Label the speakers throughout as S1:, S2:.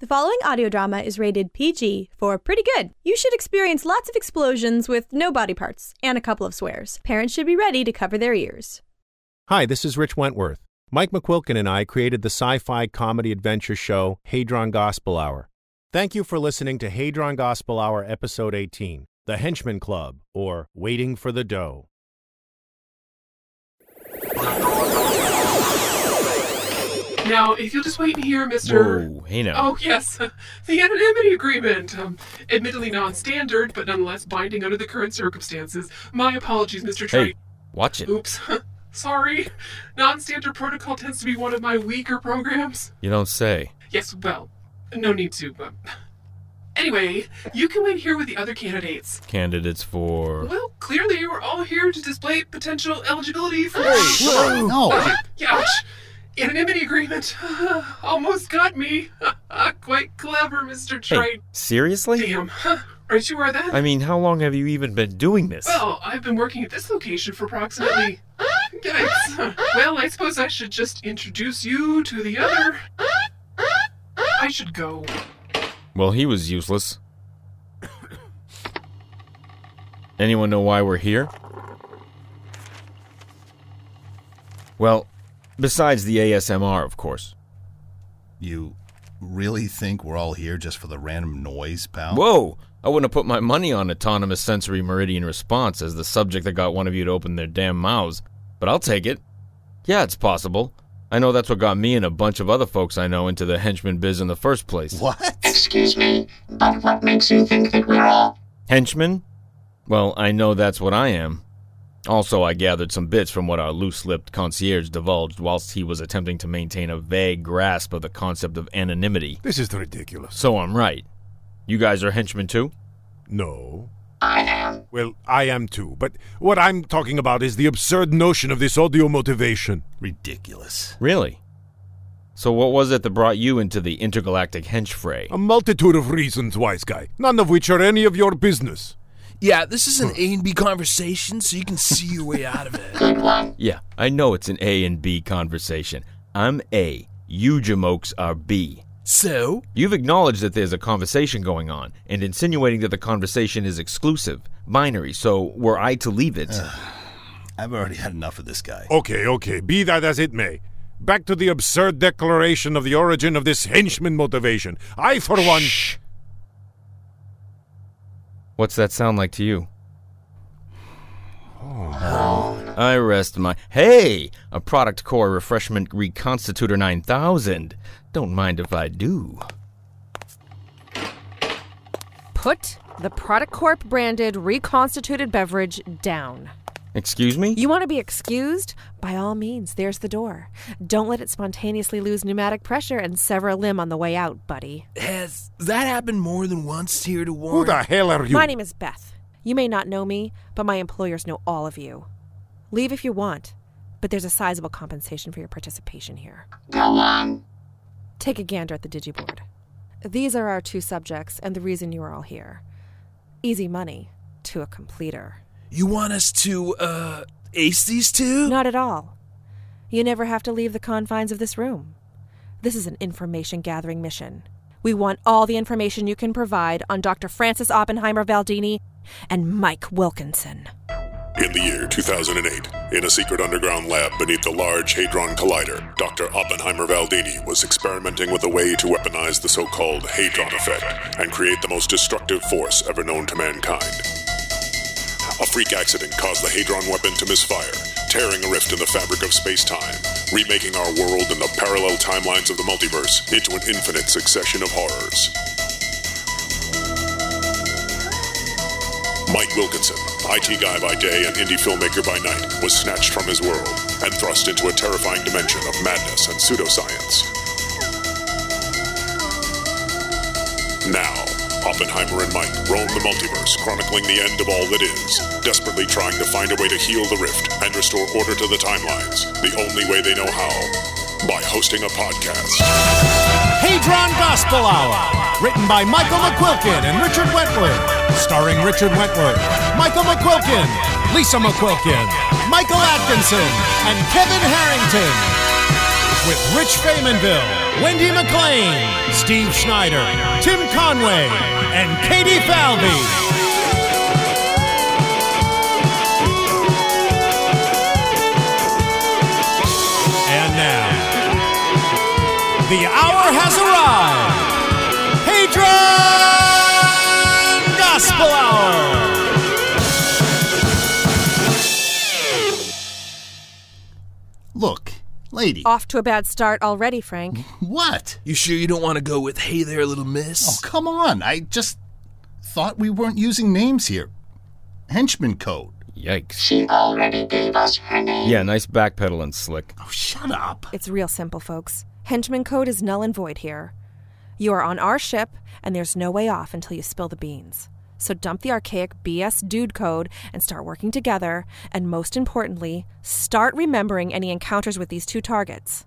S1: The following audio drama is rated PG for pretty good. You should experience lots of explosions with no body parts and a couple of swears. Parents should be ready to cover their ears.
S2: Hi, this is Rich Wentworth. Mike McQuilkin and I created the sci fi comedy adventure show Hadron Gospel Hour. Thank you for listening to Hadron Gospel Hour, Episode 18 The Henchman Club, or Waiting for the Dough.
S3: Now, if you'll just wait here, Mr.
S4: Whoa, hey now.
S3: Oh, yes, the anonymity agreement. Um, admittedly non standard, but nonetheless binding under the current circumstances. My apologies, Mr.
S4: hey,
S3: Trey.
S4: watch it.
S3: Oops. Sorry. Non standard protocol tends to be one of my weaker programs.
S4: You don't say.
S3: Yes, well, no need to, but. Anyway, you can wait here with the other candidates.
S4: Candidates for.
S3: Well, clearly we're all here to display potential eligibility for.
S5: No.
S3: Ouch! Anonymity agreement. Almost got me. Quite clever, Mr.
S4: Hey,
S3: Trey.
S4: seriously?
S3: Damn. Aren't you aware of that?
S4: I mean, how long have you even been doing this?
S3: Well, I've been working at this location for approximately. Yikes. Well, I suppose I should just introduce you to the other. I should go.
S4: Well, he was useless. Anyone know why we're here? Well, besides the ASMR, of course.
S5: You really think we're all here just for the random noise, pal?
S4: Whoa! I wouldn't have put my money on autonomous sensory meridian response as the subject that got one of you to open their damn mouths, but I'll take it. Yeah, it's possible. I know that's what got me and a bunch of other folks I know into the henchman biz in the first place.
S5: What?
S6: Excuse me, but what makes you think that we're all?
S4: Henchman? Well, I know that's what I am. Also, I gathered some bits from what our loose lipped concierge divulged whilst he was attempting to maintain a vague grasp of the concept of anonymity.
S7: This is ridiculous.
S4: So I'm right. You guys are henchmen too?
S7: No.
S6: I am.
S7: Well, I am too, but what I'm talking about is the absurd notion of this audio motivation.
S5: Ridiculous.
S4: Really? So, what was it that brought you into the intergalactic hench fray?
S7: A multitude of reasons, wise guy, none of which are any of your business.
S8: Yeah, this is an A and B conversation, so you can see your way out of it.
S6: Good one.
S4: yeah, I know it's an A and B conversation. I'm A. You jamokes are B.
S8: So,
S4: You've acknowledged that there's a conversation going on, and insinuating that the conversation is exclusive, binary, so were I to leave it.
S5: I've already had enough of this guy.
S7: Okay, okay, be that as it may. Back to the absurd declaration of the origin of this henchman motivation. I, for one.
S4: What's that sound like to you? I rest my. Hey! A product core refreshment reconstitutor 9000. Don't mind if I do.
S9: Put the Product Corp branded reconstituted beverage down.
S4: Excuse me?
S9: You want to be excused? By all means, there's the door. Don't let it spontaneously lose pneumatic pressure and sever a limb on the way out, buddy.
S8: has that happened more than once here to
S7: Who
S8: warn?
S7: the hell are you?
S9: My name is Beth. You may not know me, but my employers know all of you. Leave if you want, but there's a sizable compensation for your participation here.
S6: Go on.
S9: Take a gander at the digiboard. These are our two subjects and the reason you are all here. Easy money to a completer.
S8: You want us to uh ace these two?
S9: Not at all. You never have to leave the confines of this room. This is an information gathering mission. We want all the information you can provide on Dr. Francis Oppenheimer Valdini and Mike Wilkinson.
S10: In the year 2008, in a secret underground lab beneath the Large Hadron Collider, Dr. Oppenheimer Valdini was experimenting with a way to weaponize the so called Hadron Effect and create the most destructive force ever known to mankind. A freak accident caused the Hadron weapon to misfire, tearing a rift in the fabric of space time, remaking our world and the parallel timelines of the multiverse into an infinite succession of horrors. Mike Wilkinson, IT guy by day and indie filmmaker by night, was snatched from his world and thrust into a terrifying dimension of madness and pseudoscience. Now, Oppenheimer and Mike roam the multiverse, chronicling the end of all that is, desperately trying to find a way to heal the rift and restore order to the timelines, the only way they know how by hosting a podcast.
S2: Hadron Gospel Hour, written by Michael McQuilkin and Richard Wentworth, starring Richard Wentworth, Michael McQuilkin, Lisa McQuilkin, Michael Atkinson, and Kevin Harrington, with Rich Faymanville, Wendy McLean, Steve Schneider, Tim Conway, and Katie Falvey. And now, the hour has arrived. Hadron Gospel Hour.
S5: Look, lady.
S9: Off to a bad start already, Frank.
S5: What?
S8: You sure you don't want to go with "Hey there, little miss"?
S5: Oh, come on. I just thought we weren't using names here. Henchman code.
S4: Yikes.
S6: She already gave us her name.
S4: Yeah, nice backpedaling, Slick.
S5: Oh, shut up.
S9: It's real simple, folks. Henchman code is null and void here. You are on our ship, and there's no way off until you spill the beans. So dump the archaic BS dude code and start working together, and most importantly, start remembering any encounters with these two targets.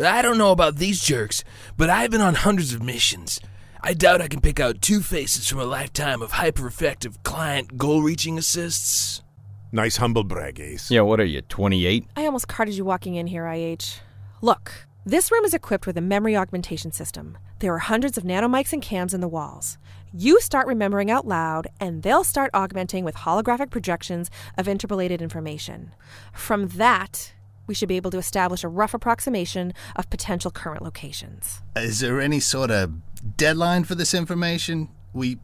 S8: I don't know about these jerks, but I've been on hundreds of missions. I doubt I can pick out two faces from a lifetime of hyper-effective client goal-reaching assists.
S7: Nice humble brag, Ace.
S4: Yeah, what are you, 28?
S9: I almost carded you walking in here, IH. Look, this room is equipped with a memory augmentation system. There are hundreds of nanomics and cams in the walls. You start remembering out loud, and they'll start augmenting with holographic projections of interpolated information. From that, we should be able to establish a rough approximation of potential current locations.
S5: Is there any sort of deadline for this information? We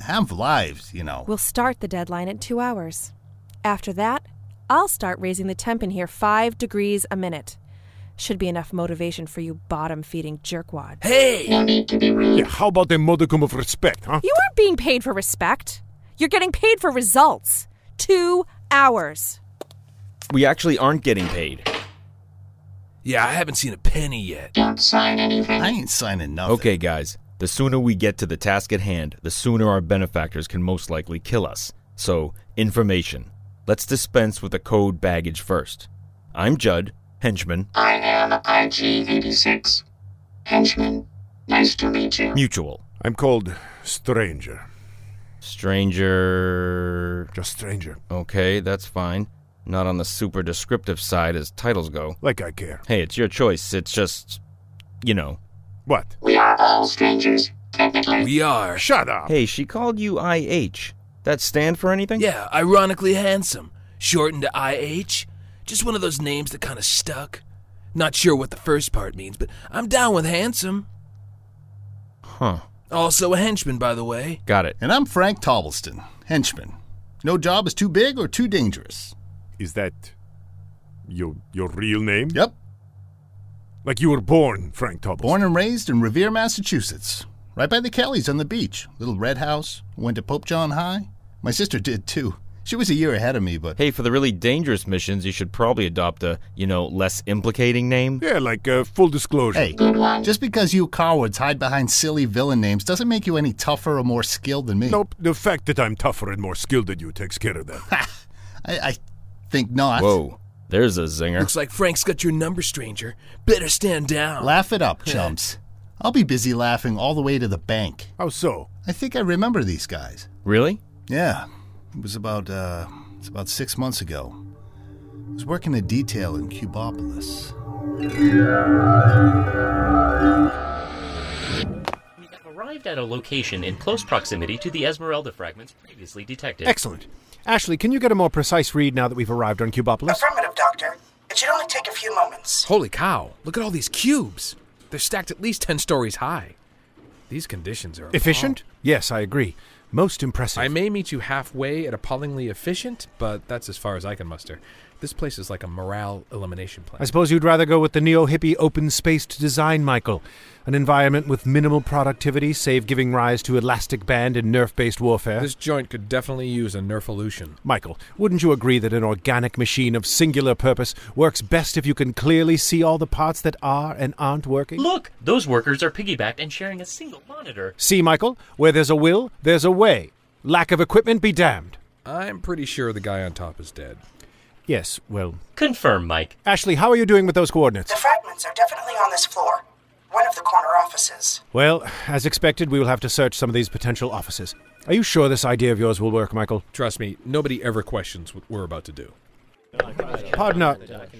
S5: have lives, you know.
S9: We'll start the deadline at two hours. After that, I'll start raising the temp in here five degrees a minute. Should be enough motivation for you bottom feeding jerkwad.
S8: Hey!
S7: Yeah, how about a modicum of respect, huh?
S9: You aren't being paid for respect. You're getting paid for results. Two hours.
S4: We actually aren't getting paid.
S8: Yeah, I haven't seen a penny yet.
S6: Don't sign anything.
S5: I ain't signing nothing.
S4: Okay, guys, the sooner we get to the task at hand, the sooner our benefactors can most likely kill us. So, information. Let's dispense with the code baggage first. I'm Judd, henchman,
S6: I am IG86. Henchman, nice to meet you.
S4: mutual.
S7: I'm called Stranger.
S4: Stranger.
S7: Just Stranger.
S4: Okay, that's fine. Not on the super descriptive side as titles go.
S7: Like I care.
S4: Hey, it's your choice. It's just. you know.
S7: What?
S6: We are all strangers, technically.
S8: We are.
S7: Shut up.
S4: Hey, she called you IH. That stand for anything?
S8: Yeah, ironically handsome. Shortened to IH. Just one of those names that kind of stuck. Not sure what the first part means, but I'm down with handsome.
S4: Huh.
S8: Also a henchman, by the
S7: eh?
S8: way.
S4: Got it.
S5: And I'm Frank Tobbleston, henchman. No job is too big or too dangerous.
S7: Is that your your real name?
S5: Yep.
S7: Like you were born, Frank Tobbles.
S5: Born and raised in Revere, Massachusetts. Right by the Kellys on the beach. Little red house. Went to Pope John High. My sister did too. She was a year ahead of me, but
S4: Hey, for the really dangerous missions, you should probably adopt a, you know, less implicating name.
S7: Yeah, like uh, full disclosure.
S5: hey, just because you cowards hide behind silly villain names doesn't make you any tougher or more skilled than me.
S7: Nope, the fact that I'm tougher and more skilled than you takes care of that.
S5: I, I think not.
S4: Whoa, there's a zinger.
S8: Looks like Frank's got your number, stranger. Better stand down.
S5: Laugh it up, chumps. I'll be busy laughing all the way to the bank.
S7: How so?
S5: I think I remember these guys.
S4: Really?
S5: Yeah, it was about uh, it's about six months ago. I was working a detail in Cubopolis.
S11: We have arrived at a location in close proximity to the Esmeralda fragments previously detected.
S2: Excellent. Ashley, can you get a more precise read now that we've arrived on Cubopolis?
S12: Affirmative, Doctor. It should only take a few moments.
S13: Holy cow, look at all these cubes. They're stacked at least 10 stories high. These conditions are.
S2: Efficient? Yes, I agree. Most impressive.
S13: appalling. I may meet you halfway at appallingly efficient, but that's as far as I can muster. This place is like a morale elimination
S2: I
S13: plan.
S2: suppose you'd rather go with the neo hippie open spaced design, Michael. An environment with minimal productivity, save giving rise to elastic band and nerf based warfare.
S13: This joint could definitely use a nerfolution.
S2: Michael, wouldn't you agree that an organic machine of singular purpose works best if you can clearly see all the parts that are and aren't working?
S11: Look, those workers are piggybacked and sharing a single monitor.
S2: See, Michael, where there's a will, there's a way. Lack of equipment be damned.
S13: I'm pretty sure the guy on top is dead.
S2: Yes, well.
S11: Confirm, Mike.
S2: Ashley, how are you doing with those coordinates?
S12: The fragments are definitely on this floor, one of the corner offices.
S2: Well, as expected, we will have to search some of these potential offices. Are you sure this idea of yours will work, Michael?
S13: Trust me, nobody ever questions what we're about to do.
S2: Pardon our.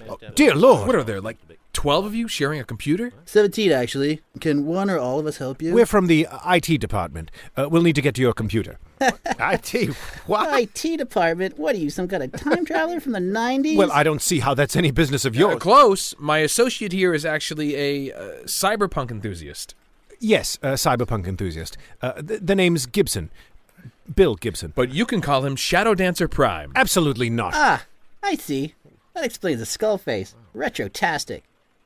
S2: Oh, dear Lord!
S13: What are there, like 12 of you sharing a computer?
S14: 17, actually. Can one or all of us help you?
S2: We're from the IT department. Uh, we'll need to get to your computer. IT? What?
S14: IT department? What are you, some kind of time traveler from the 90s?
S2: Well, I don't see how that's any business of
S13: You're
S2: yours.
S13: Uh, close. My associate here is actually a uh, cyberpunk enthusiast.
S2: yes, uh, cyberpunk enthusiast. Uh, th- the name's Gibson. Bill Gibson.
S13: But you can call him Shadow Dancer Prime.
S2: Absolutely not.
S14: Ah, I see. That explains the skull face. Retrotastic.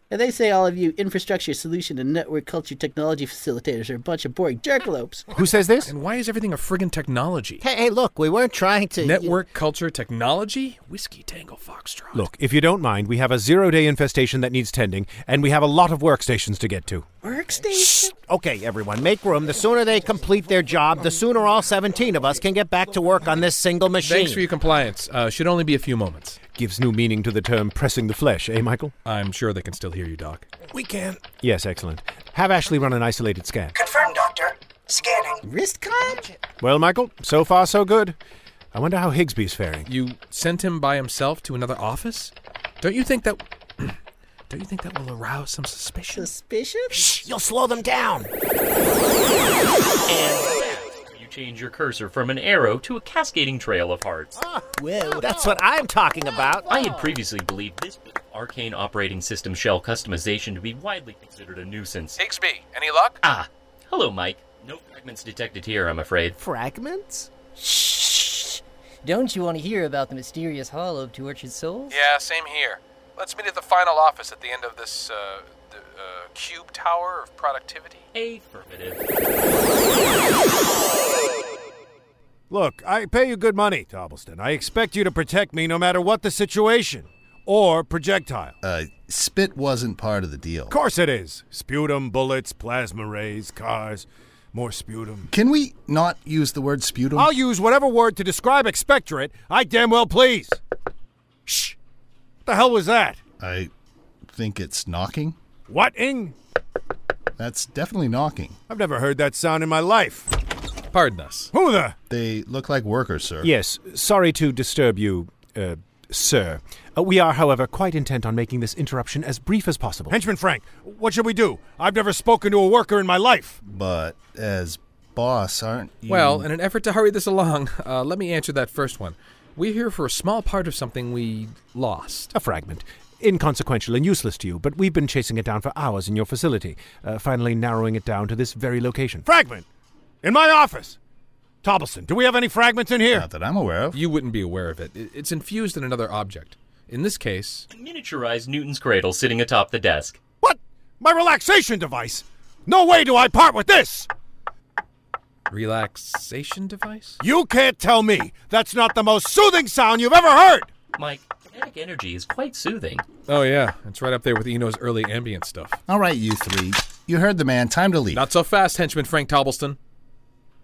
S14: And they say all of you infrastructure solution and network culture technology facilitators are a bunch of boring jerklopes.
S2: Who says this?
S13: And why is everything a friggin' technology?
S14: Hey, hey, look, we weren't trying to.
S13: Network culture technology? Whiskey Tango Foxtrot.
S2: Look, if you don't mind, we have a zero day infestation that needs tending, and we have a lot of workstations to get to.
S14: Workstation?
S2: Okay, everyone, make room. The sooner they complete their job, the sooner all 17 of us can get back to work on this single machine.
S13: Thanks for your compliance. Uh, should only be a few moments.
S2: Gives new meaning to the term pressing the flesh, eh, Michael?
S13: I'm sure they can still hear you, Doc.
S2: We can. Yes, excellent. Have Ashley run an isolated scan.
S12: Confirm, Doctor. Scanning.
S14: Wrist con?
S2: Well, Michael, so far so good. I wonder how Higsby's faring.
S13: You sent him by himself to another office? Don't you think that. Don't you think that will arouse some suspicion?
S14: Suspicious?
S2: Shh, you'll slow them down.
S11: You change your cursor from an arrow to a cascading trail of hearts.
S14: Whoa.
S2: Ah, That's what I'm talking about.
S11: I had previously believed this arcane operating system shell customization to be widely considered a nuisance.
S8: Higsby, any luck?
S11: Ah, hello, Mike. No fragments detected here, I'm afraid.
S2: Fragments?
S15: Don't you want to hear about the mysterious hall of tortured souls?
S8: Yeah, same here. Let's meet at the final office at the end of this uh, the, uh, cube tower of productivity.
S7: Look, I pay you good money, Tobbleston. I expect you to protect me no matter what the situation or projectile.
S5: Uh, spit wasn't part of the deal.
S7: Of course it is. Sputum, bullets, plasma rays, cars, more sputum.
S5: Can we not use the word sputum?
S7: I'll use whatever word to describe expectorate I damn well please. Shh. What the hell was that?
S5: I think it's knocking.
S7: What ing?
S5: That's definitely knocking.
S7: I've never heard that sound in my life.
S13: Pardon us.
S7: Who the?
S5: They look like workers, sir.
S2: Yes, sorry to disturb you, uh, sir. Uh, we are, however, quite intent on making this interruption as brief as possible.
S7: Henchman Frank, what should we do? I've never spoken to a worker in my life.
S5: But as boss, aren't you?
S13: Well, in an effort to hurry this along, uh, let me answer that first one. We're here for a small part of something we lost.
S2: A fragment. Inconsequential and useless to you, but we've been chasing it down for hours in your facility, uh, finally narrowing it down to this very location.
S7: Fragment! In my office! Tobbleston, do we have any fragments in
S2: Uh,
S7: here?
S5: not that I'm aware of.
S13: You wouldn't be aware of it. I- It's infused in another object. In this case,
S11: A miniaturized Newton's cradle sitting atop the desk.
S7: What? My relaxation device? No way do I part with this!
S13: relaxation device?
S7: You can't tell me that's not the most soothing sound you've ever heard!
S11: Mike, kinetic energy is quite soothing.
S13: Oh, yeah. It's right up there with Eno's early ambient stuff.
S5: All right, you three. You heard the man. Time to leave.
S13: Not so fast, henchman Frank Tobbleston.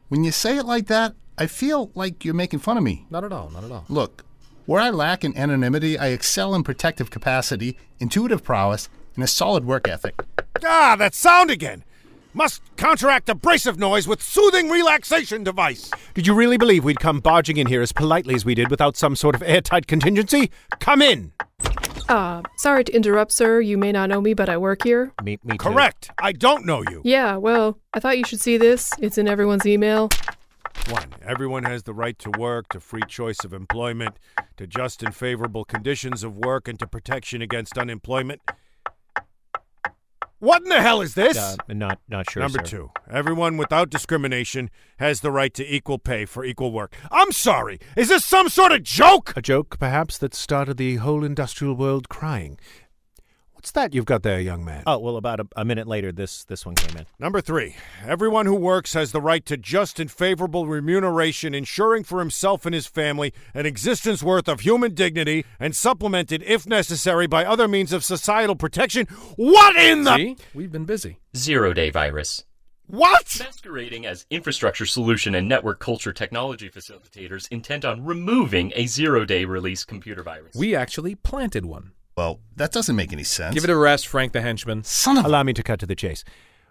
S5: When you say it like that, I feel like you're making fun of me.
S13: Not at all, not at all.
S5: Look, where I lack in anonymity, I excel in protective capacity, intuitive prowess, and a solid work ethic.
S7: Ah, that sound again! Must counteract abrasive noise with soothing relaxation device!
S2: Did you really believe we'd come barging in here as politely as we did without some sort of airtight contingency? Come in!
S16: Uh, sorry to interrupt, sir. You may not know me, but I work here.
S17: Me, me
S7: Correct! I don't know you.
S16: Yeah, well, I thought you should see this. It's in everyone's email.
S7: One, everyone has the right to work, to free choice of employment, to just and favorable conditions of work, and to protection against unemployment. What in the hell is this?
S17: Uh, not, not sure.
S7: Number
S17: sir.
S7: two, everyone without discrimination has the right to equal pay for equal work. I'm sorry, is this some sort of joke?
S2: A joke, perhaps, that started the whole industrial world crying. What's that you've got there, young man?
S17: Oh well, about a, a minute later, this this one came in.
S7: Number three, everyone who works has the right to just and favorable remuneration, ensuring for himself and his family an existence worth of human dignity and supplemented, if necessary, by other means of societal protection. What in the.
S13: See? We've been busy.
S11: Zero day virus.
S7: What?
S11: Masquerading as infrastructure solution and network culture technology facilitators intent on removing a zero day release computer virus.
S13: We actually planted one.
S5: Well, that doesn't make any sense.
S13: Give it a rest, Frank the henchman.
S5: Son of a.
S2: Allow me to cut to the chase.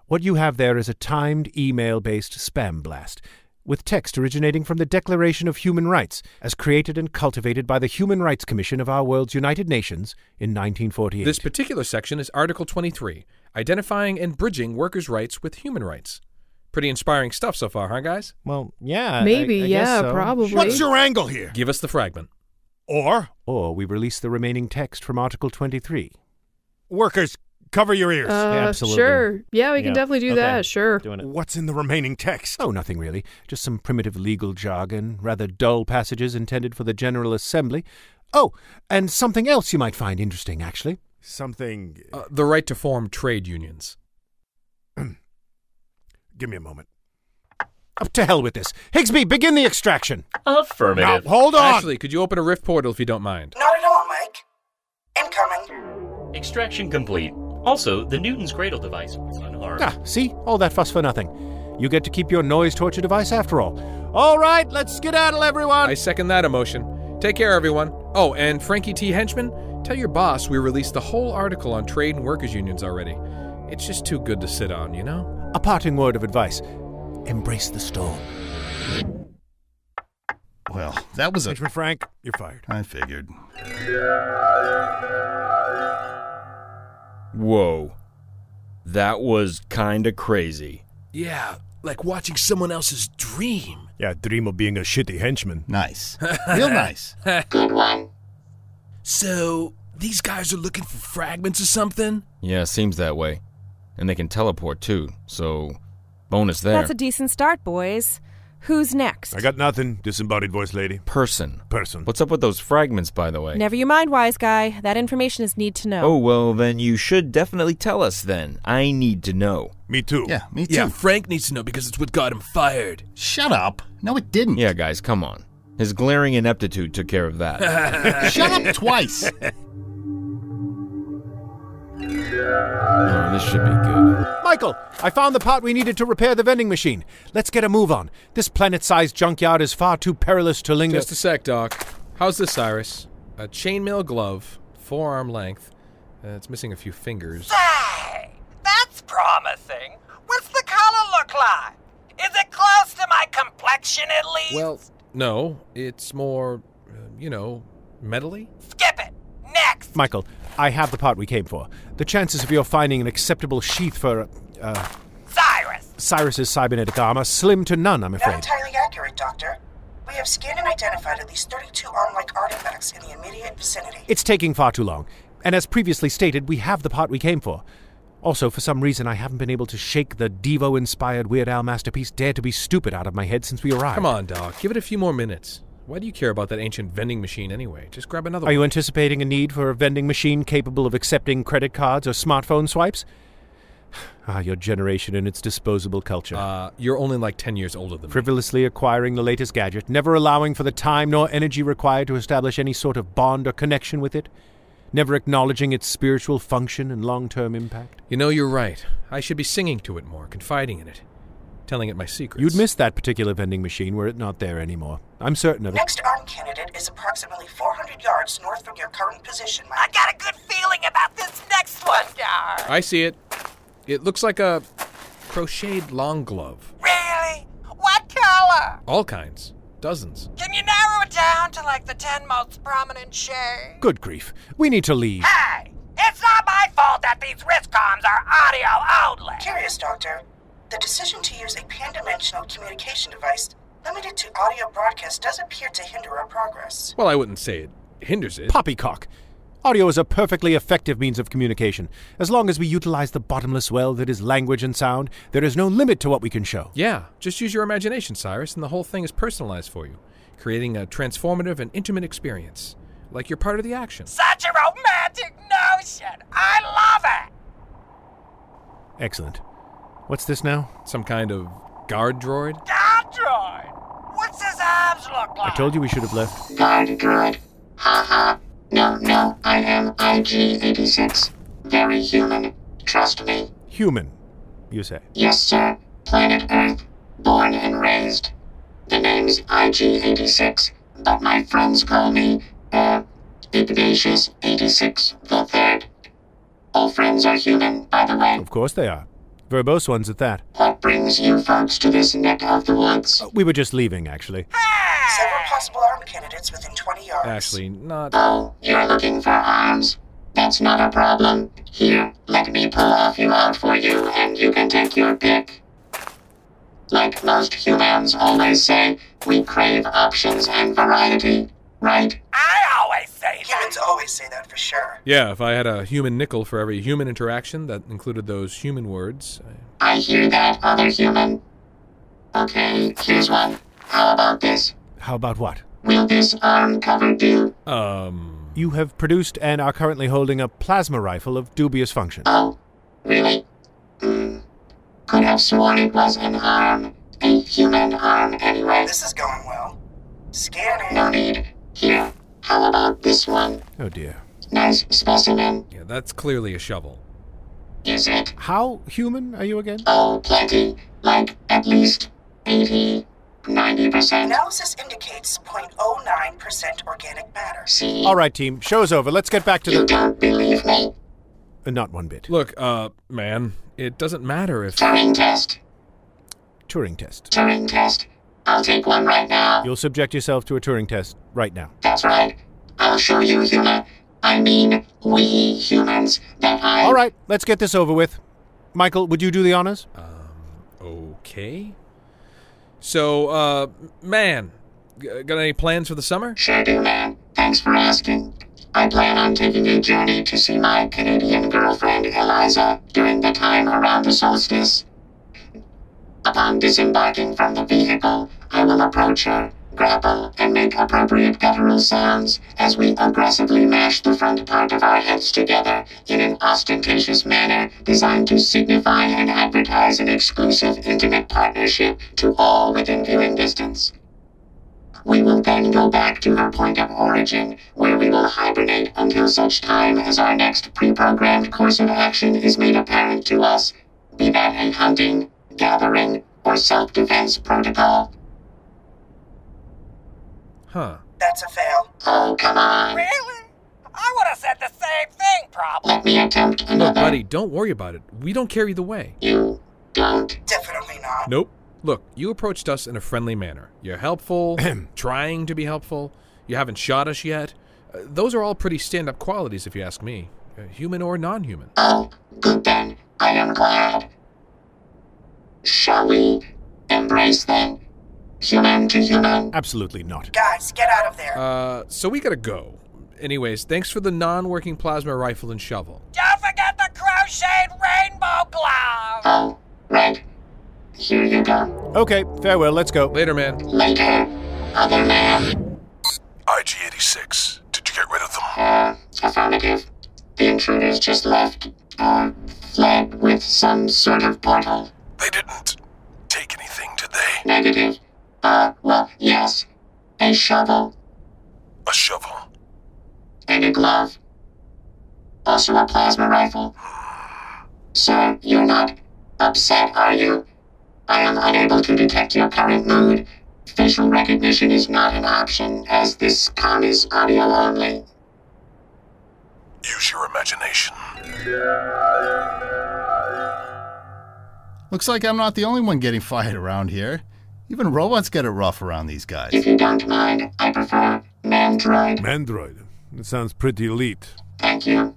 S2: What you have there is a timed email based spam blast. with text originating from the Declaration of Human Rights as created and cultivated by the Human Rights Commission of our world's United Nations in 1948.
S13: This particular section is Article 23, identifying and bridging workers' rights with human rights. Pretty inspiring stuff so far, huh, guys?
S2: Well, yeah.
S16: Maybe, yeah, probably.
S7: What's your angle here?
S13: Give us the fragment.
S7: Or?
S2: Or we release the remaining text from Article 23.
S7: Workers, cover your ears.
S16: Uh, Sure. Yeah, we can definitely do that. Sure.
S7: What's in the remaining text?
S2: Oh, nothing really. Just some primitive legal jargon, rather dull passages intended for the General Assembly. Oh, and something else you might find interesting, actually.
S7: Something.
S13: Uh, the right to form trade unions.
S7: Give me a moment. Up to hell with this. Higsby, begin the extraction.
S11: Affirmative.
S7: Now, hold on.
S13: Ashley, could you open a rift portal if you don't mind?
S12: Not at all, Mike. Incoming.
S11: Extraction complete. Also, the Newton's Cradle device was unharmed.
S2: Ah, see? All that fuss for nothing. You get to keep your noise torture device after all. All right, let's skedaddle, everyone.
S13: I second that emotion. Take care, everyone. Oh, and Frankie T. Henchman, tell your boss we released the whole article on trade and workers' unions already. It's just too good to sit on, you know?
S2: A parting word of advice embrace the storm.
S5: Well, that was a.
S7: Benjamin Frank, you're fired.
S5: I figured.
S4: Whoa. That was kinda crazy.
S8: Yeah, like watching someone else's dream.
S7: Yeah, dream of being a shitty henchman.
S5: Nice. Real nice.
S6: Good one.
S8: So, these guys are looking for fragments or something?
S4: Yeah, seems that way. And they can teleport too, so bonus there.
S9: That's a decent start, boys. Who's next?
S7: I got nothing, disembodied voice lady.
S4: person.
S7: Person.
S4: What's up with those fragments, by the way?
S9: Never you mind, wise guy. That information is need to know.
S4: Oh, well, then you should definitely tell us then. I need to know.
S7: Me too.
S5: Yeah, me too.
S8: Yeah, Frank needs to know because it's what got him fired.
S5: Shut up. No, it didn't.
S4: Yeah, guys, come on. His glaring ineptitude took care of that.
S5: Shut up twice.
S4: oh, this should be good.
S2: Michael, I found the part we needed to repair the vending machine. Let's get a move on. This planet sized junkyard is far too perilous to linger.
S13: Just a sec, Doc. How's this, Cyrus? A chainmail glove, forearm length. Uh, it's missing a few fingers.
S18: Say, that's promising. What's the color look like? Is it close to my complexion at least?
S13: Well, no, it's more, uh, you know, metally.
S18: Skip it. Next.
S2: Michael, I have the part we came for. The chances of your finding an acceptable sheath for uh,
S18: Cyrus.
S2: Cyrus's cybernetic armor slim to none, I'm
S12: Not
S2: afraid.
S12: entirely accurate, Doctor. We have scanned and identified at least 32 arm-like artifacts in the immediate vicinity.
S2: It's taking far too long. And as previously stated, we have the part we came for. Also, for some reason, I haven't been able to shake the Devo inspired Weird Al masterpiece Dare to Be Stupid out of my head since we arrived.
S13: Come on, Doc. Give it a few more minutes. Why do you care about that ancient vending machine anyway? Just grab another
S2: Are you
S13: one.
S2: anticipating a need for a vending machine capable of accepting credit cards or smartphone swipes? Ah, your generation and its disposable culture.
S13: uh, you're only like 10 years older than me.
S2: frivolously acquiring the latest gadget, never allowing for the time nor energy required to establish any sort of bond or connection with it, never acknowledging its spiritual function and long term impact.
S13: You know, you're right. I should be singing to it more, confiding in it, telling it my secrets.
S2: You'd miss that particular vending machine were it not there anymore. I'm certain of it.
S12: Next armed candidate is approximately 400 yards north from your current position,
S18: I
S12: Mike.
S18: got a good feeling about this next one, Gar.
S13: I see it. It looks like a crocheted long glove.
S18: Really? What color?
S13: All kinds. Dozens.
S18: Can you narrow it down to like the 10 most prominent shades?
S2: Good grief. We need to leave.
S18: Hey, it's not my fault that these RISCOMs are audio only.
S12: Curious, Doctor. The decision to use a pan-dimensional communication device limited to audio broadcast does appear to hinder our progress.
S13: Well, I wouldn't say it hinders it.
S2: Poppycock! Audio is a perfectly effective means of communication. As long as we utilize the bottomless well that is language and sound, there is no limit to what we can show.
S13: Yeah, just use your imagination, Cyrus, and the whole thing is personalized for you, creating a transformative and intimate experience. Like you're part of the action.
S18: Such a romantic notion. I love it.
S2: Excellent. What's this now?
S13: Some kind of guard droid?
S18: Android. What's his arms look
S2: I
S18: like?
S2: told you we should have left.
S6: God, good. Ha ha. No, no, I am IG-86. Very human. Trust me.
S2: Human, you say.
S6: Yes, sir. Planet Earth. Born and raised. The name's IG-86, but my friends call me, uh, Ignatius 86 the Third. All friends are human, by the way.
S2: Of course they are. Verbose ones at that.
S6: What brings you folks to this neck of the woods?
S2: We were just leaving, actually.
S12: Several possible arm candidates within 20 yards.
S13: Actually, not.
S6: Oh, you're looking for arms? That's not a problem. Here, let me pull a few out for you, and you can take your pick. Like most humans always say, we crave options and variety, right?
S18: I always say
S12: Humans always say that for sure.
S13: Yeah, if I had a human nickel for every human interaction that included those human words.
S6: I hear that, other human. Okay, here's one. How about this?
S2: How about what?
S6: Will this arm cover do?
S13: Um.
S2: You have produced and are currently holding a plasma rifle of dubious function.
S6: Oh, really? Mm. Could have sworn it was an arm. A human arm, anyway.
S12: This is going well. Scanning.
S6: No need. Here, how about this one?
S2: Oh dear.
S6: Nice specimen.
S13: Yeah, that's clearly a shovel.
S6: Is it?
S2: How human are you again?
S6: Oh, plenty. Like, at least 80, 90%.
S12: Analysis indicates 0.09% organic matter.
S2: All right, team. Show's over. Let's get back to the.
S6: Don't believe me.
S2: Uh, Not one bit.
S13: Look, uh, man, it doesn't matter if.
S6: Turing test.
S2: Turing test.
S6: Turing test. I'll take one right now.
S2: You'll subject yourself to a Turing test right now.
S6: That's right. I'll show you human. I mean, we humans that I.
S2: All right, let's get this over with. Michael, would you do the honors?
S13: Okay. So, uh, man, g- got any plans for the summer?
S6: Sure do, man. Thanks for asking. I plan on taking a journey to see my Canadian girlfriend Eliza during the time around the solstice. Upon disembarking from the vehicle, I will approach her, grapple, and make appropriate guttural sounds as we aggressively mash the front part of our heads together in an ostentatious manner designed to signify and advertise an exclusive intimate partnership to all within viewing distance. We will then go back to her point of origin, where we will hibernate until such time as our next pre programmed course of action is made apparent to us, be that a hunting, gathering, or self defense protocol.
S13: Huh.
S12: That's a fail.
S6: Oh, come on.
S18: Really? I would have said the same thing, probably.
S6: Let me attempt
S13: Look,
S6: another.
S13: buddy, don't worry about it. We don't care either way.
S6: You don't.
S12: Definitely not.
S13: Nope. Look, you approached us in a friendly manner. You're helpful, trying to be helpful. You haven't shot us yet. Uh, those are all pretty stand up qualities, if you ask me, uh, human or non human.
S6: Oh, good then. I am glad. Shall we embrace then? Human to human?
S2: Absolutely not.
S12: Guys, get out of there.
S13: Uh, so we gotta go. Anyways, thanks for the non working plasma rifle and shovel.
S18: Don't forget the crocheted rainbow glove.
S6: Oh, right. Here you go.
S2: Okay, farewell. Let's go.
S13: Later, man.
S6: Later, other man.
S10: IG 86, did you get rid of them?
S6: Uh, affirmative. The intruders just left, or fled with some sort of portal.
S10: They didn't take anything, did they?
S6: Negative. Uh, well, yes. A shovel
S10: A shovel.
S6: and a glove. Also a plasma rifle. Sir, you're not upset, are you? I am unable to detect your current mood. Facial recognition is not an option, as this com is audio only.
S10: Use your imagination.
S5: Looks like I'm not the only one getting fired around here. Even robots get it rough around these guys.
S6: If you don't mind, I prefer Mandroid.
S7: Mandroid. It sounds pretty elite.
S6: Thank you.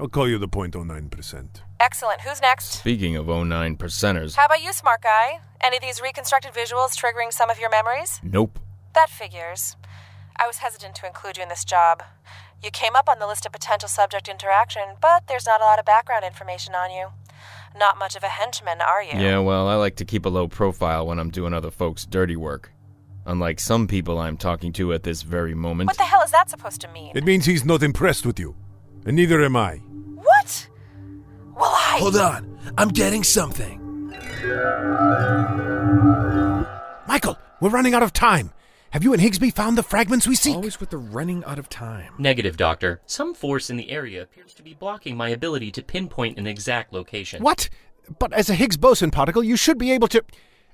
S7: I'll call you the 0.09%.
S9: Excellent. Who's next?
S4: Speaking of 09 percenters,
S9: How about you, smart guy? Any of these reconstructed visuals triggering some of your memories?
S4: nope.
S9: That figures. I was hesitant to include you in this job. You came up on the list of potential subject interaction, but there's not a lot of background information on you. Not much of a henchman, are you?
S4: Yeah. well, I like to keep a low profile when I'm doing other folks' dirty work. Unlike some people I'm talking to at this very moment.
S9: What the hell is that supposed to mean?
S7: It means he's not impressed with you. And neither am I.
S9: What? Well, I.
S8: Hold on, I'm getting something.
S2: Michael, we're running out of time. Have you and Higsby found the fragments we seek?
S13: Always with the running out of time.
S11: Negative, Doctor. Some force in the area appears to be blocking my ability to pinpoint an exact location.
S2: What? But as a Higgs boson particle, you should be able to.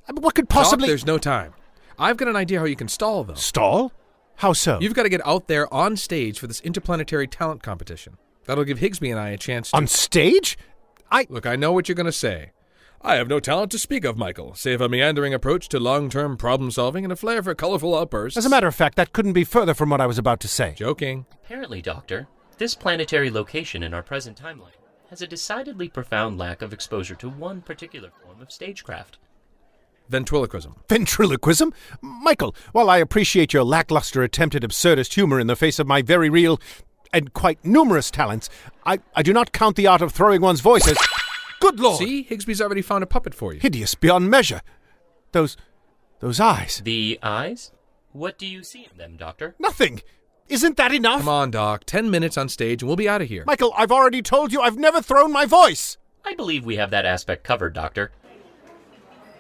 S2: I mean, what could
S13: Doc,
S2: possibly.
S13: there's no time. I've got an idea how you can stall them.
S2: Stall? How so?
S13: You've got to get out there on stage for this interplanetary talent competition. That'll give Higsby and I a chance to.
S2: On stage? I.
S13: Look, I know what you're going to say. I have no talent to speak of, Michael, save a meandering approach to long term problem solving and a flair for colorful outbursts.
S7: As a matter of fact, that couldn't be further from what I was about to say.
S13: Joking.
S11: Apparently, Doctor, this planetary location in our present timeline has a decidedly profound lack of exposure to one particular form of stagecraft.
S13: Ventriloquism.
S7: Ventriloquism? Michael, while I appreciate your lackluster attempt at absurdist humor in the face of my very real and quite numerous talents, I, I do not count the art of throwing one's voice as. Good lord!
S13: See, Higby's already found a puppet for you.
S7: Hideous beyond measure. Those. those eyes.
S11: The eyes? What do you see in them, Doctor?
S7: Nothing! Isn't that enough?
S13: Come on, Doc. Ten minutes on stage and we'll be out of here.
S7: Michael, I've already told you I've never thrown my voice!
S11: I believe we have that aspect covered, Doctor.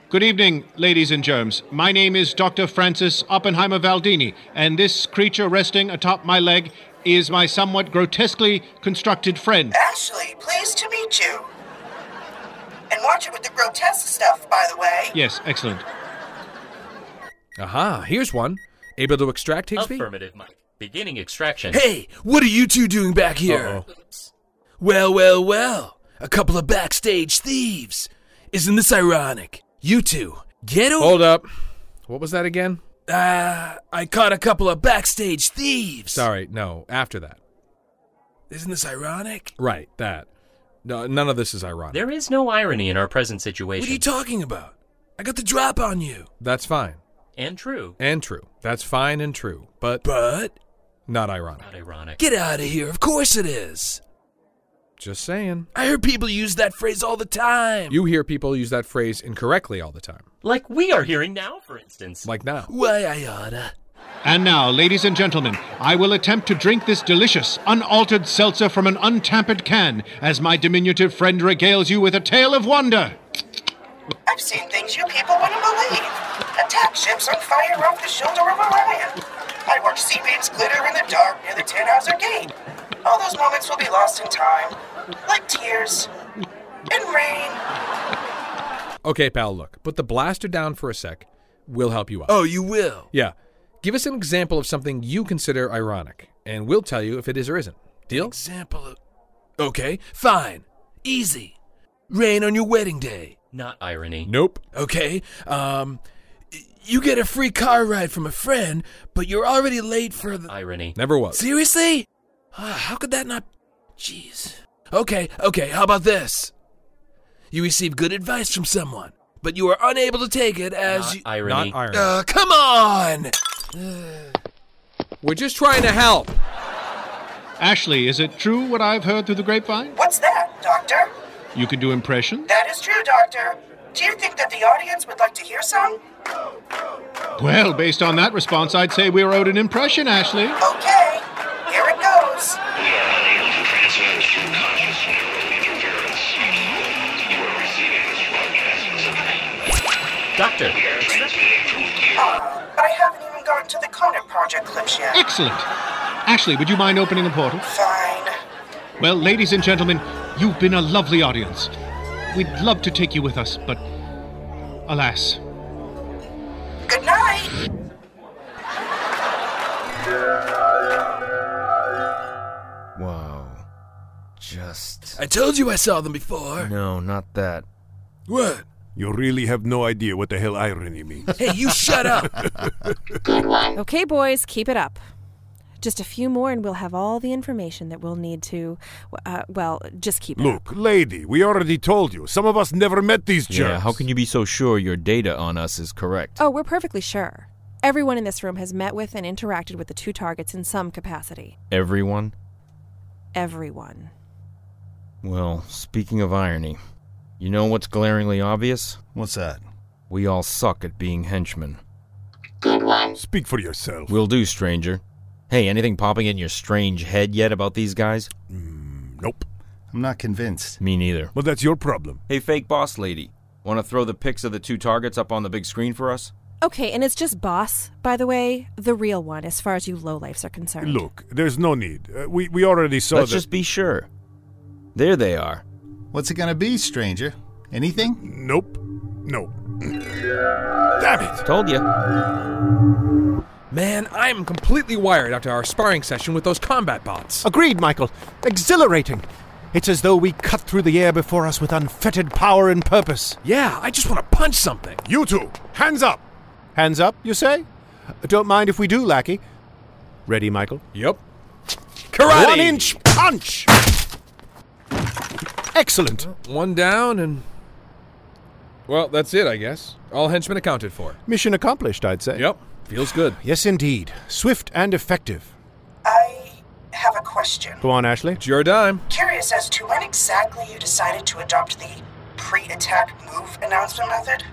S2: Good evening, ladies and germs. My name is Dr. Francis Oppenheimer Valdini, and this creature resting atop my leg is my somewhat grotesquely constructed friend.
S12: Ashley, pleased to meet you. And watch it with the grotesque stuff, by the way.
S2: Yes, excellent.
S13: Aha, here's one. Able to extract Higsby?
S11: Affirmative, Mike. Beginning extraction.
S8: Hey, what are you two doing back here? Well, well, well. A couple of backstage thieves. Isn't this ironic? You two, get over.
S13: Hold up. What was that again?
S8: Ah, I caught a couple of backstage thieves.
S13: Sorry, no, after that.
S8: Isn't this ironic?
S13: Right, that. No, none of this is ironic.
S11: There is no irony in our present
S8: What
S11: situation.
S8: are you talking about? I got the drop on you.
S13: That's fine.
S11: and true.
S13: And true. That's fine and true. But
S8: But
S13: not ironic.
S11: Not ironic.
S8: get out of here. Of course it is.
S13: Just saying.
S8: I hear people use that phrase all the time.
S13: You hear people use that phrase incorrectly all the time.
S11: Like we are hearing now, for instance.
S13: Like now.
S8: Why I oughta.
S2: And now, ladies and gentlemen, I will attempt to drink this delicious, unaltered seltzer from an untampered can as my diminutive friend regales you with a tale of wonder.
S12: I've seen things you people wouldn't believe. Attack ships on fire off the shoulder of Orion. I watched seaweeds glitter in the dark near the Tannhauser Gate. All those moments will be lost in time, like tears and rain.
S13: Okay, pal, look. Put the blaster down for a sec. We'll help you out.
S8: Oh, you will.
S13: Yeah. Give us an example of something you consider ironic, and we'll tell you if it is or isn't. Deal?
S8: Example of. Okay, fine. Easy. Rain on your wedding day.
S11: Not irony.
S13: Nope.
S8: Okay, um. y- You get a free car ride from a friend, but you're already late for the.
S11: Irony.
S13: Never was.
S8: Seriously? Ah, how could that not. Jeez. Okay, okay, how about this? You receive good advice from someone, but you are unable to take it as
S11: Not
S8: you.
S11: irony.
S13: Not irony.
S8: Uh, come on!
S13: We're just trying to help.
S2: Ashley, is it true what I've heard through the grapevine?
S12: What's that, Doctor?
S2: You can do impressions?
S12: That is true, Doctor. Do you think that the audience would like to hear some?
S2: Well, based on that response, I'd say we're owed an impression, Ashley.
S12: Okay, here it goes.
S6: We are unable to transmit through conscious neural interference. You are receiving this broadcast as a dream.
S11: Doctor.
S6: We are transmitting from you.
S12: Ah, but I haven't even gotten to the Conant Project clips yet.
S2: Excellent. Ashley, would you mind opening the portal?
S12: Fine.
S2: Well, ladies and gentlemen, you've been a lovely audience. We'd love to take you with us, but alas.
S12: Good night.
S4: Wow. Just.
S8: I told you I saw them before.
S4: No, not that.
S8: What?
S7: You really have no idea what the hell irony means.
S8: Hey, you shut up!
S6: Good one.
S9: Okay, boys, keep it up. Just a few more, and we'll have all the information that we'll need to. Uh, well, just keep it up.
S7: Look, lady, we already told you. Some of us never met these germs.
S4: Yeah, how can you be so sure your data on us is correct?
S9: Oh, we're perfectly sure. Everyone in this room has met with and interacted with the two targets in some capacity.
S4: Everyone?
S9: Everyone.
S4: Well, speaking of irony, you know what's glaringly obvious?
S5: What's that?
S4: We all suck at being henchmen.
S6: Good one.
S7: Speak for yourself.
S4: Will do, stranger. Hey, anything popping in your strange head yet about these guys?
S7: Nope.
S5: I'm not convinced.
S4: Me neither.
S7: Well, that's your problem.
S4: Hey, fake boss lady. Want to throw the pics of the two targets up on the big screen for us?
S9: Okay, and it's just boss, by the way, the real one, as far as you lowlifes are concerned.
S7: Look, there's no need. Uh, we, we already saw
S4: Let's
S7: that.
S4: just be sure. There they are.
S5: What's it gonna be, stranger? Anything?
S7: Nope. No. Damn it!
S4: Told you.
S13: Man, I'm completely wired after our sparring session with those combat bots.
S2: Agreed, Michael. Exhilarating. It's as though we cut through the air before us with unfettered power and purpose.
S13: Yeah, I just want to punch something.
S2: You two, hands up! Hands up, you say? Don't mind if we do, Lackey. Ready, Michael?
S13: Yep. Karate!
S2: One inch punch! Excellent.
S13: One down, and. Well, that's it, I guess. All henchmen accounted for.
S2: Mission accomplished, I'd say.
S13: Yep, feels good.
S2: Yes, indeed. Swift and effective.
S12: Have a question.
S2: Go on, Ashley.
S13: It's your dime.
S12: Curious as to when exactly you decided to adopt the pre attack move announcement method?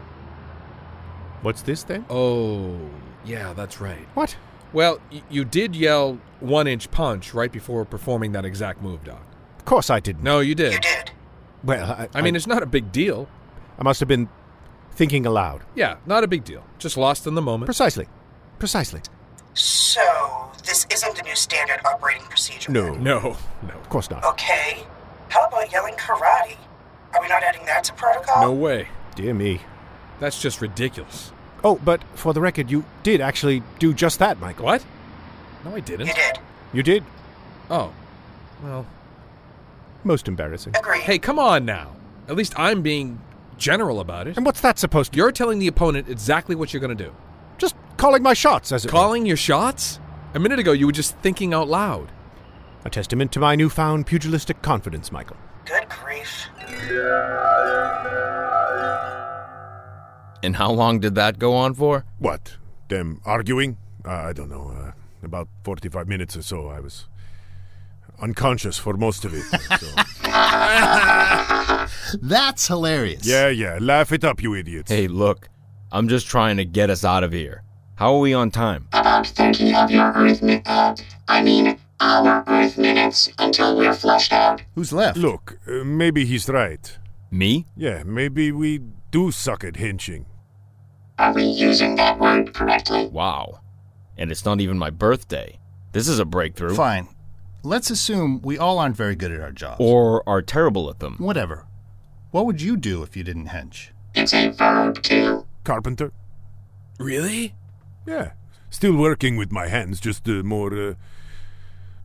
S2: What's this thing?
S13: Oh, yeah, that's right.
S2: What?
S13: Well, y- you did yell one inch punch right before performing that exact move, Doc.
S2: Of course I didn't.
S13: No, you did. You
S12: did.
S2: Well, I,
S13: I mean, it's not a big deal.
S2: I must have been thinking aloud.
S13: Yeah, not a big deal. Just lost in the moment.
S2: Precisely. Precisely.
S12: So, this isn't the new standard operating procedure.
S2: No.
S13: No. No.
S2: Of course
S12: Oh,
S2: not.
S12: Okay. How about yelling karate? Are we not adding that to protocol?
S13: No way.
S2: Dear me.
S13: That's just ridiculous.
S2: Oh, but for the record, you did actually do just that, Michael.
S13: What? No, I didn't.
S12: You did.
S2: You did?
S13: Oh. Well.
S2: Most embarrassing.
S13: Hey, come on now. At least I'm being general about it.
S2: And what's that supposed to
S13: You're telling the opponent exactly what you're going to do.
S2: Just calling my shots, as it were.
S13: Calling your shots? A minute ago, you were just thinking out loud.
S2: A testament to my newfound pugilistic confidence, Michael.
S12: Good grief.
S4: And how long did that go on for?
S19: What? Them arguing? Uh, I don't know. Uh, about 45 minutes or so, I was unconscious for most of it.
S5: That's hilarious.
S19: yeah, yeah. Laugh it up, you idiots.
S4: Hey, look, I'm just trying to get us out of here. How are we on time?
S6: About 30 of your Earth mi- uh, I mean, our Earth minutes until we're flushed out.
S5: Who's left?
S19: Look, uh, maybe he's right.
S4: Me?
S19: Yeah, maybe we do suck at henching.
S6: Are we using that word correctly?
S4: Wow. And it's not even my birthday. This is a breakthrough.
S5: Fine. Let's assume we all aren't very good at our jobs.
S4: Or are terrible at them.
S5: Whatever. What would you do if you didn't hench?
S6: It's a verb, too.
S19: Carpenter?
S13: Really?
S19: Yeah. Still working with my hands, just uh, more uh,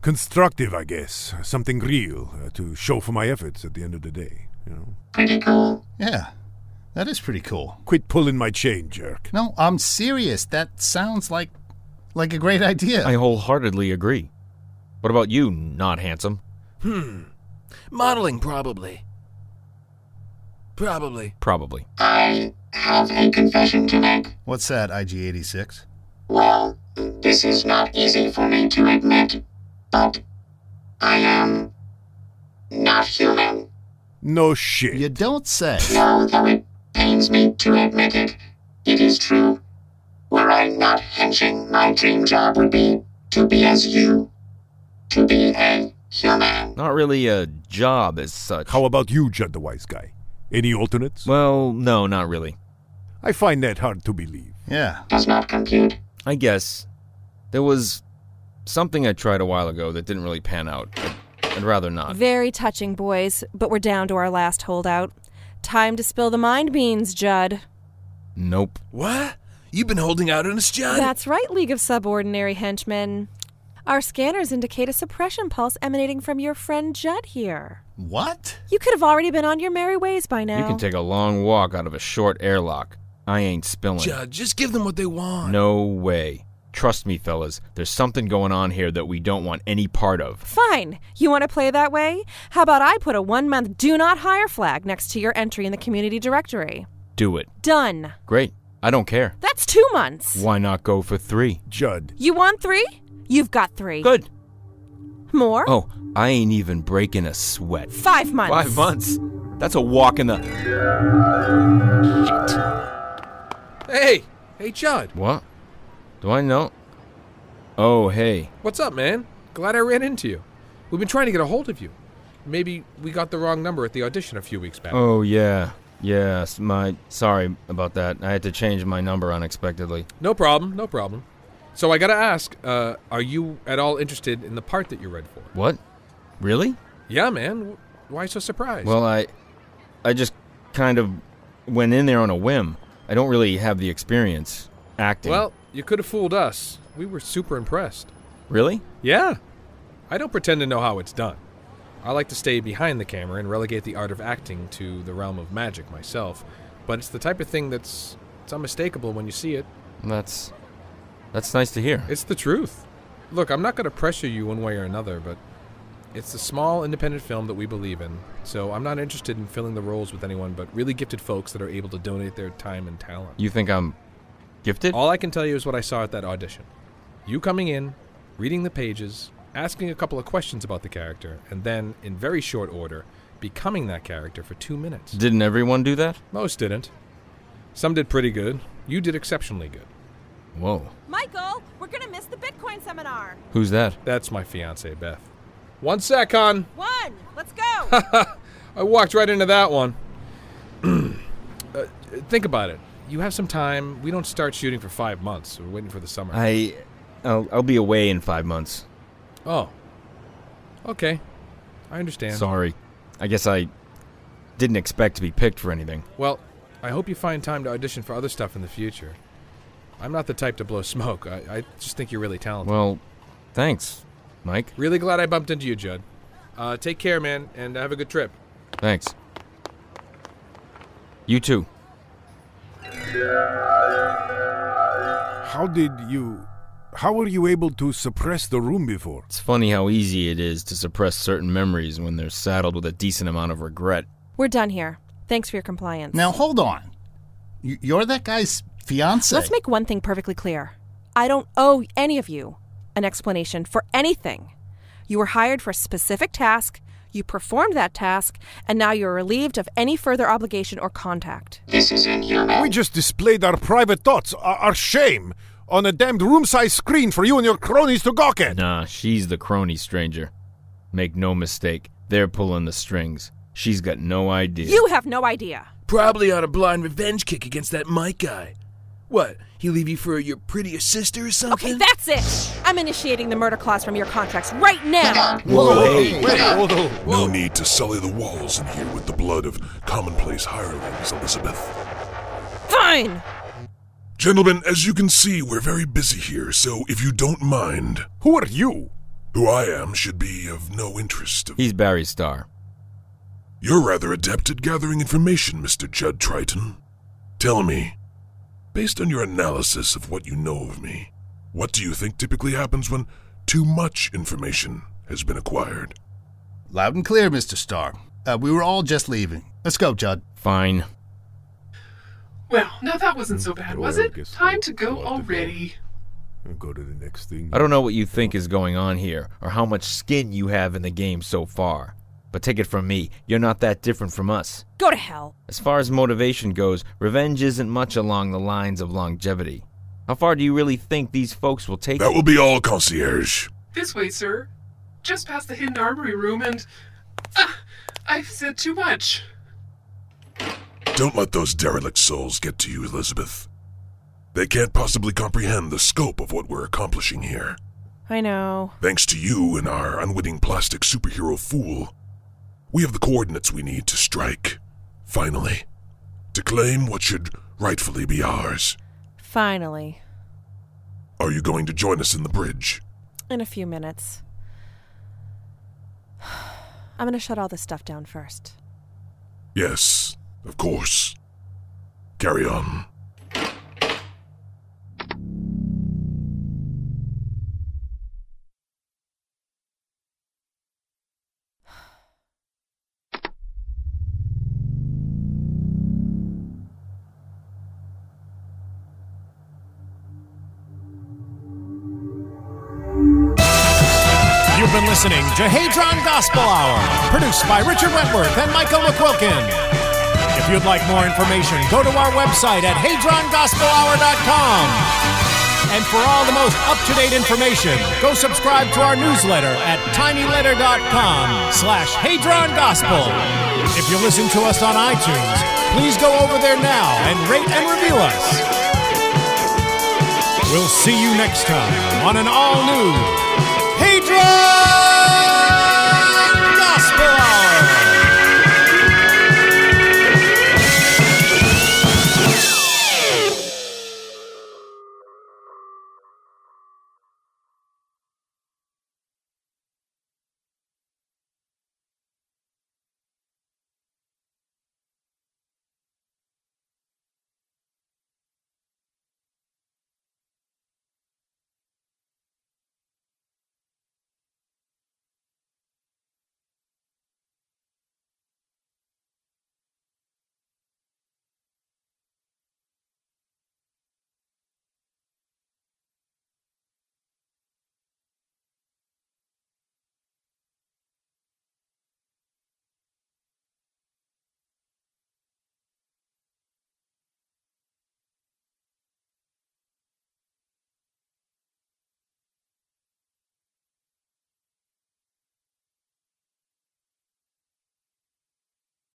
S19: constructive, I guess. Something real uh, to show for my efforts at the end of the day, you know.
S6: Pretty cool.
S5: Yeah. That is pretty cool.
S19: Quit pulling my chain, jerk.
S5: No, I'm serious. That sounds like like a great idea.
S4: I wholeheartedly agree. What about you, not handsome?
S8: Hmm. Modeling, probably. Probably.
S4: Probably.
S6: I have a confession to make.
S5: What's that, IG86?
S6: Well, this is not easy for me to admit, but I am not human.
S19: No shit.
S5: You don't say.
S6: No, though it pains me to admit it, it is true. Were I not henching, my dream job would be to be as you, to be a human.
S4: Not really uh, a job as such.
S19: How about you, Judd the Wise Guy? Any alternates?
S4: Well, no, not really.
S19: I find that hard to believe.
S5: Yeah.
S6: Does not compute.
S4: I guess there was something I tried a while ago that didn't really pan out. I'd rather not.
S9: Very touching, boys, but we're down to our last holdout. Time to spill the mind beans, Judd.
S4: Nope.
S8: What? You've been holding out on us, John?
S9: That's right, League of Subordinary Henchmen. Our scanners indicate a suppression pulse emanating from your friend Judd here.
S5: What?
S9: You could have already been on your merry ways by now.
S4: You can take a long walk out of a short airlock. I ain't spilling.
S8: Judd, just give them what they want.
S4: No way. Trust me, fellas, there's something going on here that we don't want any part of.
S9: Fine. You want to play that way? How about I put a one month do not hire flag next to your entry in the community directory?
S4: Do it.
S9: Done.
S4: Great. I don't care.
S9: That's two months.
S4: Why not go for three?
S19: Judd.
S9: You want three? You've got three.
S4: Good.
S9: More?
S4: Oh, I ain't even breaking a sweat.
S9: Five months.
S4: Five months? That's a walk in the.
S13: Hey! Hey, Judd.
S4: What? Do I know? Oh, hey.
S13: What's up, man? Glad I ran into you. We've been trying to get a hold of you. Maybe we got the wrong number at the audition a few weeks back.
S4: Oh, yeah. Yeah, s- my. Sorry about that. I had to change my number unexpectedly.
S13: No problem, no problem. So I gotta ask, uh, are you at all interested in the part that you read for?
S4: What? Really?
S13: Yeah, man. Wh- Why so surprised?
S4: Well, I. I just kind of went in there on a whim. I don't really have the experience acting.
S13: well, you could have fooled us. We were super impressed.
S4: really?
S13: Yeah. I don't pretend to know how it's done. I like to stay behind the camera and relegate the art of acting to the realm of magic myself, but it's the type of thing that's it's unmistakable when you see it.
S4: That's that's nice to hear.
S13: It's the truth. Look, I'm not going to pressure you one way or another, but it's a small independent film that we believe in, so I'm not interested in filling the roles with anyone but really gifted folks that are able to donate their time and talent.
S4: You think I'm gifted?
S13: All I can tell you is what I saw at that audition. You coming in, reading the pages, asking a couple of questions about the character, and then, in very short order, becoming that character for two minutes.
S4: Didn't everyone do that?
S13: Most didn't. Some did pretty good. You did exceptionally good.
S4: Whoa.
S9: Michael, we're going to miss the Bitcoin seminar.
S4: Who's that?
S13: That's my fiance, Beth. One sec, hon.
S9: One, let's go.
S13: I walked right into that one. uh, think about it. You have some time. We don't start shooting for five months. We're waiting for the summer.
S4: I I'll, I'll be away in 5 months.
S13: Oh. Okay. I understand.
S4: Sorry. I guess I didn't expect to be picked for anything.
S13: Well, I hope you find time to audition for other stuff in the future. I'm not the type to blow smoke. I, I just think you're really talented.
S4: Well, thanks, Mike.
S13: Really glad I bumped into you, Judd. Uh, take care, man, and have a good trip.
S4: Thanks. You too.
S7: How did you. How were you able to suppress the room before?
S4: It's funny how easy it is to suppress certain memories when they're saddled with a decent amount of regret.
S9: We're done here. Thanks for your compliance.
S5: Now hold on. You- You're that guy's fiance.
S9: Let's make one thing perfectly clear. I don't owe any of you an explanation for anything. You were hired for a specific task, you performed that task, and now you're relieved of any further obligation or contact.
S20: This is inhuman.
S7: We just displayed our private thoughts, our, our shame, on a damned room sized screen for you and your cronies to gawk at.
S4: Nah, she's the crony stranger. Make no mistake, they're pulling the strings. She's got no idea.
S9: You have no idea.
S21: Probably on a blind revenge kick against that Mike guy. What? He leave you for your prettier sister or something?
S9: Okay, that's it. I'm initiating the murder clause from your contracts right now.
S19: No need to sully the walls in here with the blood of commonplace hirelings, Elizabeth.
S9: Fine.
S19: Gentlemen, as you can see, we're very busy here, so if you don't mind.
S7: Who are you?
S19: Who I am should be of no interest.
S4: He's Barry Starr.
S19: You're rather adept at gathering information, Mr. Judd Triton. Tell me, based on your analysis of what you know of me, what do you think typically happens when too much information has been acquired?
S5: Loud and clear, Mr. Starr. Uh, we were all just leaving. Let's go, Judd.
S4: Fine.
S3: Well, now that wasn't so bad, was it? Time to go already.
S7: Go to the next thing.
S4: I don't know what you think is going on here, or how much skin you have in the game so far. But take it from me, you're not that different from us.
S9: Go to hell.
S4: As far as motivation goes, revenge isn't much along the lines of longevity. How far do you really think these folks will take
S19: That
S4: it?
S19: will be all, concierge.
S3: This way, sir. Just past the hidden armory room and. Ah, I've said too much.
S19: Don't let those derelict souls get to you, Elizabeth. They can't possibly comprehend the scope of what we're accomplishing here.
S9: I know.
S19: Thanks to you and our unwitting plastic superhero fool, we have the coordinates we need to strike, finally, to claim what should rightfully be ours.
S9: Finally.
S19: Are you going to join us in the bridge?
S9: In a few minutes. I'm going to shut all this stuff down first.
S19: Yes, of course. Carry on.
S2: You've been listening to Hadron Gospel Hour, produced by Richard Wentworth and Michael McQuilkin. If you'd like more information, go to our website at hadrongospelhour.com. And for all the most up-to-date information, go subscribe to our newsletter at tinyletter.com slash Hadron Gospel. If you listen to us on iTunes, please go over there now and rate and review us. We'll see you next time on an all-new Hadron!